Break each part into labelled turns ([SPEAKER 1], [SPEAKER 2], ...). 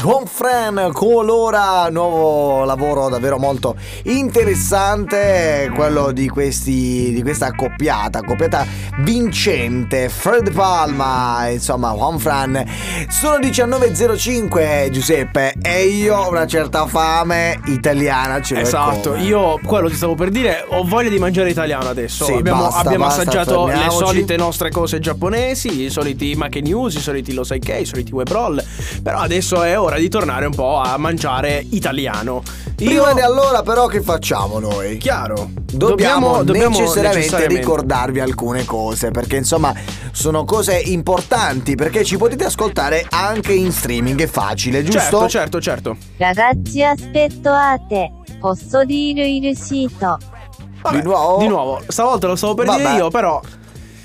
[SPEAKER 1] Gonfren Colora, nuovo lavoro davvero molto interessante, quello di, questi, di questa accoppiata, accoppiata vincente, Fred Palma, insomma Gonfran. Sono 19.05 Giuseppe e io ho una certa fame italiana. Ce l'ho e
[SPEAKER 2] Esatto,
[SPEAKER 1] come.
[SPEAKER 2] io quello ti stavo per dire, ho voglia di mangiare italiano adesso.
[SPEAKER 1] Sì,
[SPEAKER 2] abbiamo
[SPEAKER 1] basta,
[SPEAKER 2] abbiamo
[SPEAKER 1] basta,
[SPEAKER 2] assaggiato le
[SPEAKER 1] fermiamoci.
[SPEAKER 2] solite nostre cose giapponesi, i soliti make news, i soliti lo sai che, i soliti web roll. Però adesso è ora di tornare un po' a mangiare italiano. Io-
[SPEAKER 1] Prima di allora però che facciamo noi?
[SPEAKER 2] Chiaro.
[SPEAKER 1] Dobbiamo, necessariamente, ricordarvi alcune cose perché insomma sono cose importanti perché ci potete ascoltare anche in streaming, è facile, giusto?
[SPEAKER 2] Certo, certo, certo.
[SPEAKER 3] チアスペットアーテ、ポッソリールイルシート。
[SPEAKER 2] Vabbè,
[SPEAKER 1] Di nuovo?
[SPEAKER 2] Di nuovo. Stavolta lo stavo per dire
[SPEAKER 1] Vabbè.
[SPEAKER 2] io, però.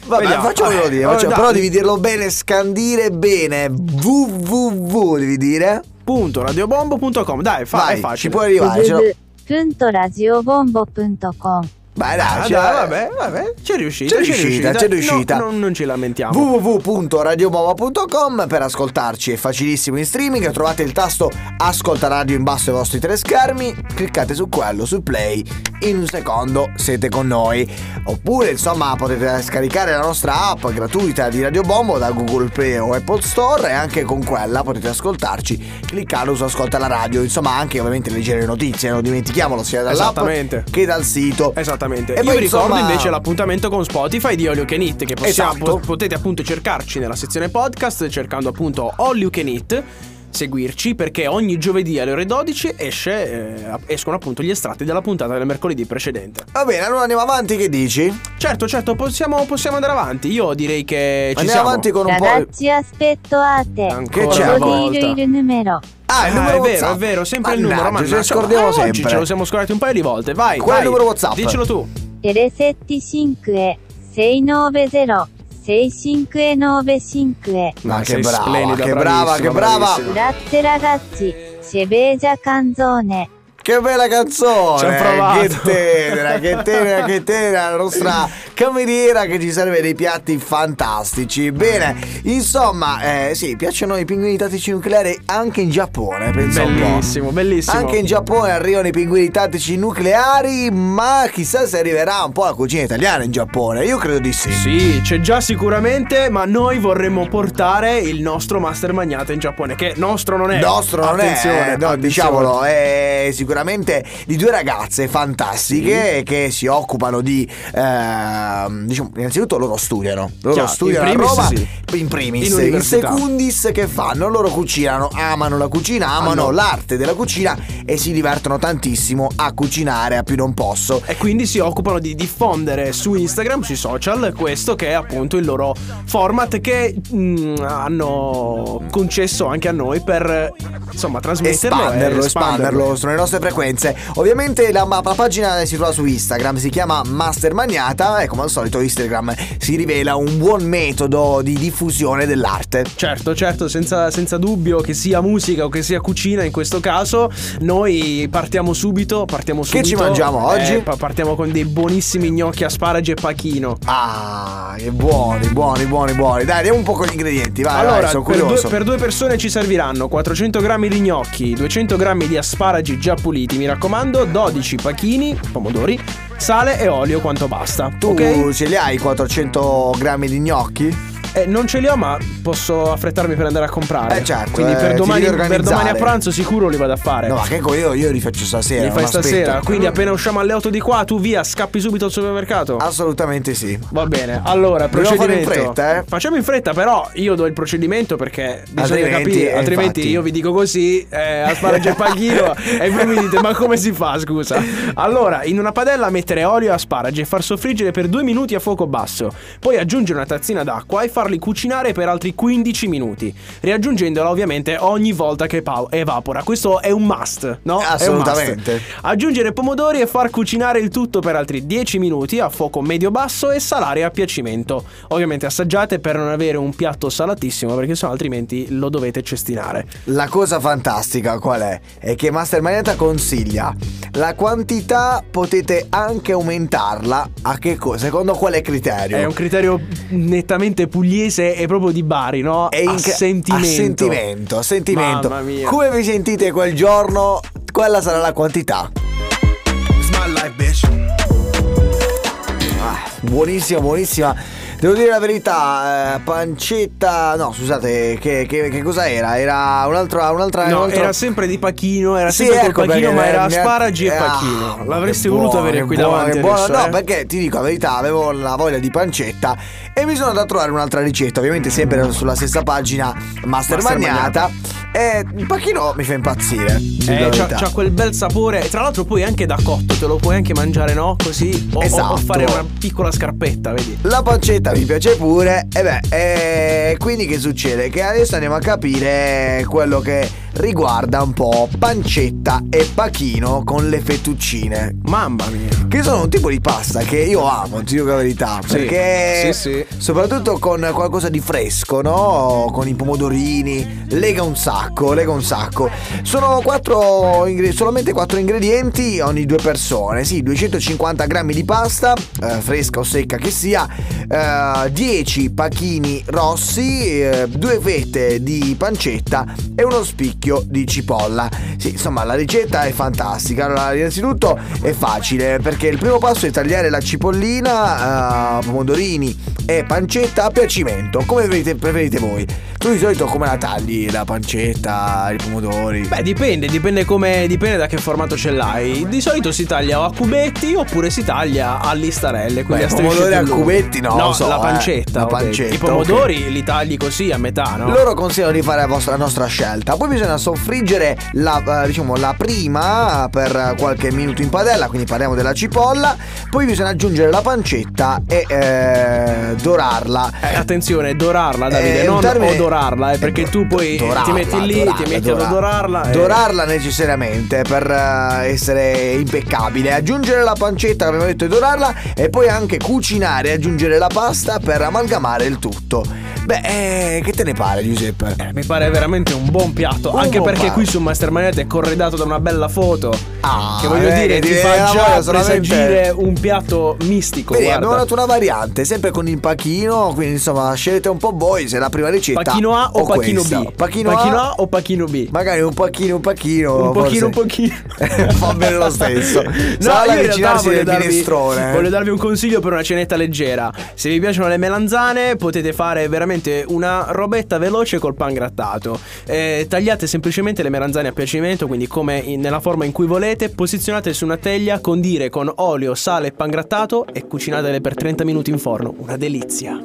[SPEAKER 1] Vabbè,
[SPEAKER 2] Vediamo.
[SPEAKER 1] facciamolo
[SPEAKER 2] Vabbè,
[SPEAKER 1] dire,
[SPEAKER 2] vabbè,
[SPEAKER 1] facciamo-
[SPEAKER 2] dai.
[SPEAKER 1] però devi dirlo bene, scandire bene, www devi dire.
[SPEAKER 2] Punto radiobombo.com. Dai, fa,
[SPEAKER 1] Vai,
[SPEAKER 2] è
[SPEAKER 1] ci
[SPEAKER 2] facile.
[SPEAKER 1] puoi arrivare. ce lo-
[SPEAKER 3] プントラジオボンボプントコン。
[SPEAKER 1] Vai,
[SPEAKER 2] Ah,
[SPEAKER 1] dai, ce la-
[SPEAKER 2] dai, vabbè, vabbè, c'è riuscita.
[SPEAKER 1] eh. C'è riuscita, c'è riuscita.
[SPEAKER 2] No, non, non ci lamentiamo.
[SPEAKER 1] www.radiomuova.com per ascoltarci è facilissimo in streaming, trovate il tasto ascolta radio in basso ai vostri tre schermi, cliccate su quello, su play, in un secondo siete con noi. Oppure insomma potete scaricare la nostra app gratuita di Radio Bombo da Google Play o Apple Store e anche con quella potete ascoltarci, cliccando su ascolta la radio, insomma anche ovviamente leggere le notizie, non dimentichiamolo sia dall'app
[SPEAKER 2] Esattamente.
[SPEAKER 1] che dal sito.
[SPEAKER 2] Esattamente.
[SPEAKER 1] E
[SPEAKER 2] Io
[SPEAKER 1] poi,
[SPEAKER 2] vi ricordo
[SPEAKER 1] insomma-
[SPEAKER 2] invece l'appuntamento con Spotify di All You Can Eat, che possiamo-
[SPEAKER 1] Esatto.
[SPEAKER 2] po- potete appunto cercarci nella sezione podcast cercando appunto All You Can Eat. Seguirci perché ogni giovedì alle ore 12 esce, eh, escono appunto gli estratti della puntata del mercoledì precedente.
[SPEAKER 1] Va bene, allora andiamo avanti, che dici?
[SPEAKER 2] Certo, certo, possiamo, possiamo andare avanti. Io direi che ci
[SPEAKER 1] andiamo
[SPEAKER 2] siamo.
[SPEAKER 1] avanti con un
[SPEAKER 3] ラ
[SPEAKER 1] po'.
[SPEAKER 3] チアスペットアーテ、
[SPEAKER 2] Ancora
[SPEAKER 3] ポッ
[SPEAKER 1] una
[SPEAKER 3] ソリールイルヌメロ。
[SPEAKER 1] Ah, il numero
[SPEAKER 2] Eh, è vero,
[SPEAKER 1] WhatsApp.
[SPEAKER 2] è vero, sempre il
[SPEAKER 1] Mannaggia,
[SPEAKER 2] numero.
[SPEAKER 1] ce
[SPEAKER 2] mannaggia.
[SPEAKER 1] lo scordiamo
[SPEAKER 2] Ah, oggi
[SPEAKER 1] sempre.
[SPEAKER 2] ce lo siamo scordati un paio di volte. Vai,
[SPEAKER 1] Qual è il
[SPEAKER 2] vai.
[SPEAKER 1] numero WhatsApp?
[SPEAKER 2] Dicelo tu.
[SPEAKER 3] テレセッティシンクエ、セイノーベゼロ、セイシンクエノーベシンクエ。
[SPEAKER 1] Ma
[SPEAKER 2] Ma
[SPEAKER 1] che
[SPEAKER 2] sei
[SPEAKER 1] brava,
[SPEAKER 2] splendida,
[SPEAKER 1] che brava, che
[SPEAKER 2] bravissima,
[SPEAKER 1] brava.
[SPEAKER 2] bravissima.
[SPEAKER 3] ラッテラガッチ、シェベージャカンゾーネ。
[SPEAKER 1] Che bella canzone!
[SPEAKER 2] Ci ho provato.
[SPEAKER 1] Che tenera, che tenera, che tenera, la nostra cameriera che ci serve dei piatti fantastici. Bene, insomma, eh, sì, piacciono i pinguini tattici nucleari anche in Giappone, penso un po'.
[SPEAKER 2] Bellissimo, bellissimo.
[SPEAKER 1] Anche in Giappone arrivano i pinguini tattici nucleari, ma chissà se arriverà un po' la cucina italiana in Giappone. Io credo di sì.
[SPEAKER 2] Sì, c'è già sicuramente, ma noi vorremmo portare il nostro master magnate in Giappone, che nostro non è.
[SPEAKER 1] nostro non
[SPEAKER 2] Attenzione,
[SPEAKER 1] è, eh, no,
[SPEAKER 2] attenzione.
[SPEAKER 1] diciamolo, è sicuramente di due ragazze fantastiche che si occupano di, ehm, diciamo, innanzitutto loro studiano, loro
[SPEAKER 2] Chiaro,
[SPEAKER 1] studiano
[SPEAKER 2] in
[SPEAKER 1] a
[SPEAKER 2] primis
[SPEAKER 1] Roma,
[SPEAKER 2] sì.
[SPEAKER 1] in primis,
[SPEAKER 2] In
[SPEAKER 1] in,
[SPEAKER 2] università.
[SPEAKER 1] secundis che fanno, loro cucinano, amano la cucina, amano
[SPEAKER 2] Hanno-
[SPEAKER 1] l'arte della cucina e si divertono tantissimo a cucinare a più non posso.
[SPEAKER 2] E quindi si occupano di diffondere su Instagram, sui social, questo che è appunto il loro format che mh, hanno concesso anche a noi per insomma trasmetterlo
[SPEAKER 1] espanderlo,
[SPEAKER 2] e
[SPEAKER 1] espanderlo sulle nostre frequenze. Ovviamente la, la pagina si trova su Instagram, si chiama Master Magnata e come al solito Instagram si rivela un buon metodo di diffusione dell'arte.
[SPEAKER 2] Certo, certo, senza, senza dubbio che sia musica o che sia cucina in questo caso, noi partiamo subito, partiamo subito.
[SPEAKER 1] ci mangiamo
[SPEAKER 2] Eh,
[SPEAKER 1] oggi?
[SPEAKER 2] pa- partiamo con dei buonissimi gnocchi asparagi e pachino.
[SPEAKER 1] Ah, che buoni, buoni, buoni, buoni. Dai, andiamo un po' con gli ingredienti, vai,
[SPEAKER 2] allora,
[SPEAKER 1] vai, Ah, sono
[SPEAKER 2] per, due,
[SPEAKER 1] curioso.
[SPEAKER 2] per due persone ci serviranno 400 grammi di gnocchi, 200 grammi di asparagi già puliti, mi raccomando, 12 pachini, pomodori, sale e olio quanto basta.
[SPEAKER 1] Tu
[SPEAKER 2] ok?
[SPEAKER 1] ce li hai i 400 grammi di gnocchi?
[SPEAKER 2] Eh, non ce li ho, ma posso affrettarmi per andare a comprare.
[SPEAKER 1] Eh, certo,
[SPEAKER 2] Quindi
[SPEAKER 1] eh,
[SPEAKER 2] per,
[SPEAKER 1] ti
[SPEAKER 2] domani,
[SPEAKER 1] devi
[SPEAKER 2] per domani a
[SPEAKER 1] organizzare.
[SPEAKER 2] pranzo sicuro li vado a fare.
[SPEAKER 1] No, ma che co- io, io li faccio stasera.
[SPEAKER 2] Li
[SPEAKER 1] non
[SPEAKER 2] fai
[SPEAKER 1] aspetto.
[SPEAKER 2] stasera, quindi appena usciamo alle 8 di qua, tu via, scappi subito al supermercato.
[SPEAKER 1] Assolutamente sì.
[SPEAKER 2] Va bene, allora
[SPEAKER 1] Ah. Dobbiamo
[SPEAKER 2] procedimento.
[SPEAKER 1] fare in fretta, eh.
[SPEAKER 2] Facciamo in fretta, però io do il procedimento perché bisogna
[SPEAKER 1] Altrimenti,
[SPEAKER 2] capire,
[SPEAKER 1] eh,
[SPEAKER 2] altrimenti
[SPEAKER 1] infatti.
[SPEAKER 2] io vi dico così, eh, asparagi e panchino e voi mi dite "Ma come si fa, scusa?". Allora, in una padella mettere olio e asparagi e far soffriggere per due minuti a fuoco basso. Poi aggiungere una tazzina d'acqua e farli cucinare per altri 15 minuti, riaggiungendola ovviamente ogni volta che pa- evapora. Questo è un must, no? È un must.
[SPEAKER 1] Assolutamente.
[SPEAKER 2] Aggiungere pomodori e far cucinare il tutto per altri 10 minuti a fuoco medio-basso e salare a piacimento. Ovviamente assaggiate per non avere un piatto salatissimo perché sennò altrimenti lo dovete cestinare.
[SPEAKER 1] La cosa fantastica qual è? È che Master Magneta consiglia la quantità potete anche aumentarla a che cosa? Secondo quale criterio?
[SPEAKER 2] È un criterio nettamente pugliese e proprio di Bari, no?
[SPEAKER 1] È
[SPEAKER 2] a
[SPEAKER 1] inca-
[SPEAKER 2] sentimento.
[SPEAKER 1] A sentimento, a sentimento.
[SPEAKER 2] Mamma mia.
[SPEAKER 1] Come vi sentite quel giorno? Quella sarà la quantità. Ah, buonissima, buonissima. Devo dire la verità, eh, pancetta. No, scusate, che, che- che cosa era? Era un'altra. un'altra
[SPEAKER 2] No,
[SPEAKER 1] un altro-
[SPEAKER 2] era sempre di Pachino, era
[SPEAKER 1] Sì,
[SPEAKER 2] sempre
[SPEAKER 1] ecco
[SPEAKER 2] col Pachino,
[SPEAKER 1] perché
[SPEAKER 2] ma
[SPEAKER 1] ne-
[SPEAKER 2] era
[SPEAKER 1] ne-
[SPEAKER 2] asparagi e
[SPEAKER 1] Ah,
[SPEAKER 2] Pachino. L'avresti
[SPEAKER 1] che
[SPEAKER 2] voluto
[SPEAKER 1] buono,
[SPEAKER 2] avere
[SPEAKER 1] che
[SPEAKER 2] qui
[SPEAKER 1] buono,
[SPEAKER 2] davanti
[SPEAKER 1] che buono.
[SPEAKER 2] adesso,
[SPEAKER 1] No,
[SPEAKER 2] eh?
[SPEAKER 1] perché ti dico la verità, avevo la voglia di pancetta e mi sono andato a trovare un'altra ricetta, ovviamente sempre sulla stessa pagina Master,
[SPEAKER 2] Mm. Master
[SPEAKER 1] Magnata. E il Pachino mi fa impazzire. dico la
[SPEAKER 2] Eh, c'ha,
[SPEAKER 1] verità.
[SPEAKER 2] c'ha quel bel sapore. E Tra l'altro, poi anche da cotto, te lo puoi anche mangiare, no? Così. O, o- o
[SPEAKER 1] Esatto.
[SPEAKER 2] fare una piccola scarpetta, vedi?
[SPEAKER 1] La pancetta mi piace pure e beh, eh, quindi che succede? Che adesso andiamo a capire quello che riguarda un po' pancetta e pachino con le fettuccine.
[SPEAKER 2] Mamma mia.
[SPEAKER 1] Che sono un tipo di pasta che io amo, ti dico la verità.
[SPEAKER 2] Sì,
[SPEAKER 1] Perché
[SPEAKER 2] sì, sì.
[SPEAKER 1] soprattutto con qualcosa di fresco, no? Con i pomodorini, lega un sacco, lega un sacco. Sono quattro ingre- solamente quattro ingredienti ogni due persone. Sì, 250 grammi di pasta, eh, fresca o secca che sia, eh, 10 pachini rossi, eh, due fette di pancetta e uno spicchio di cipolla. Sì, insomma, la ricetta è fantastica. Allora, innanzitutto è facile perché il primo passo è tagliare la cipollina, eh, pomodorini e pancetta a piacimento, come preferite, preferite voi. Tu di solito come la tagli la pancetta, i pomodori?
[SPEAKER 2] Beh, dipende, dipende come. Dipende da che formato ce l'hai. Di solito si taglia o a cubetti oppure si taglia a listarelle.
[SPEAKER 1] Beh,
[SPEAKER 2] Quindi a striscette
[SPEAKER 1] pomodori a
[SPEAKER 2] lunghe.
[SPEAKER 1] cubetti no, lo so,
[SPEAKER 2] la
[SPEAKER 1] eh.
[SPEAKER 2] pancetta.
[SPEAKER 1] La
[SPEAKER 2] ho detto.
[SPEAKER 1] pancetta,
[SPEAKER 2] I pomodori li tagli così a metà, no?
[SPEAKER 1] Loro consigliano di fare la, vostra- la nostra scelta. Poi bisogna soffriggere la, eh, diciamo, la prima per eh, qualche minuto in padella, quindi parliamo della cipolla. Poi bisogna aggiungere la pancetta e eh, dorarla.
[SPEAKER 2] Eh, attenzione, dorarla Davide,
[SPEAKER 1] Eh, è un
[SPEAKER 2] non
[SPEAKER 1] termine-
[SPEAKER 2] odorarla, eh, perché
[SPEAKER 1] eh,
[SPEAKER 2] tu poi
[SPEAKER 1] dorarla,
[SPEAKER 2] ti metti lì,
[SPEAKER 1] dorarla,
[SPEAKER 2] ti metti
[SPEAKER 1] dorarla.
[SPEAKER 2] ad odorarla. eh. e-
[SPEAKER 1] Dorarla necessariamente per eh, essere impeccabile. Aggiungere la pancetta, abbiamo detto, e dorarla. E poi anche cucinare, aggiungere la pasta per amalgamare il tutto. Beh, eh, che te ne pare, Giuseppe?
[SPEAKER 2] Mi pare veramente un buon piatto,
[SPEAKER 1] Un
[SPEAKER 2] anche
[SPEAKER 1] buon
[SPEAKER 2] perché
[SPEAKER 1] piatto.
[SPEAKER 2] qui su Master Magnate è corredato da una bella foto.
[SPEAKER 1] Ah,
[SPEAKER 2] che voglio
[SPEAKER 1] vedi,
[SPEAKER 2] dire, ti
[SPEAKER 1] ti viene
[SPEAKER 2] fa
[SPEAKER 1] la
[SPEAKER 2] già
[SPEAKER 1] voglia solamente.
[SPEAKER 2] presagire un piatto mistico.
[SPEAKER 1] Vedi,
[SPEAKER 2] guarda.
[SPEAKER 1] abbiamo dato una variante, sempre con il pachino, quindi insomma scegliete un po' voi se la prima ricetta.
[SPEAKER 2] Pachino A o Pachino
[SPEAKER 1] questa.
[SPEAKER 2] B?
[SPEAKER 1] Pachino, A,
[SPEAKER 2] A o Pachino B?
[SPEAKER 1] magari un pachino, un pachino.
[SPEAKER 2] Un pochino, un
[SPEAKER 1] forse.
[SPEAKER 2] pochino.
[SPEAKER 1] Va bene lo stesso.
[SPEAKER 2] No,
[SPEAKER 1] Sarà
[SPEAKER 2] io in realtà
[SPEAKER 1] l'avvicinarsi
[SPEAKER 2] voglio
[SPEAKER 1] del
[SPEAKER 2] darvi,
[SPEAKER 1] minestrone. eh.
[SPEAKER 2] voglio darvi un consiglio per una cenetta leggera. Se vi piacciono le melanzane, potete fare veramente una robetta veloce col pan grattato. Eh, tagliate semplicemente le melanzane a piacimento, quindi come in- nella forma in cui volete. Posizionate su una teglia, condire con olio, sale e pan grattato e cucinatele per 30 minuti in forno. Una delizia.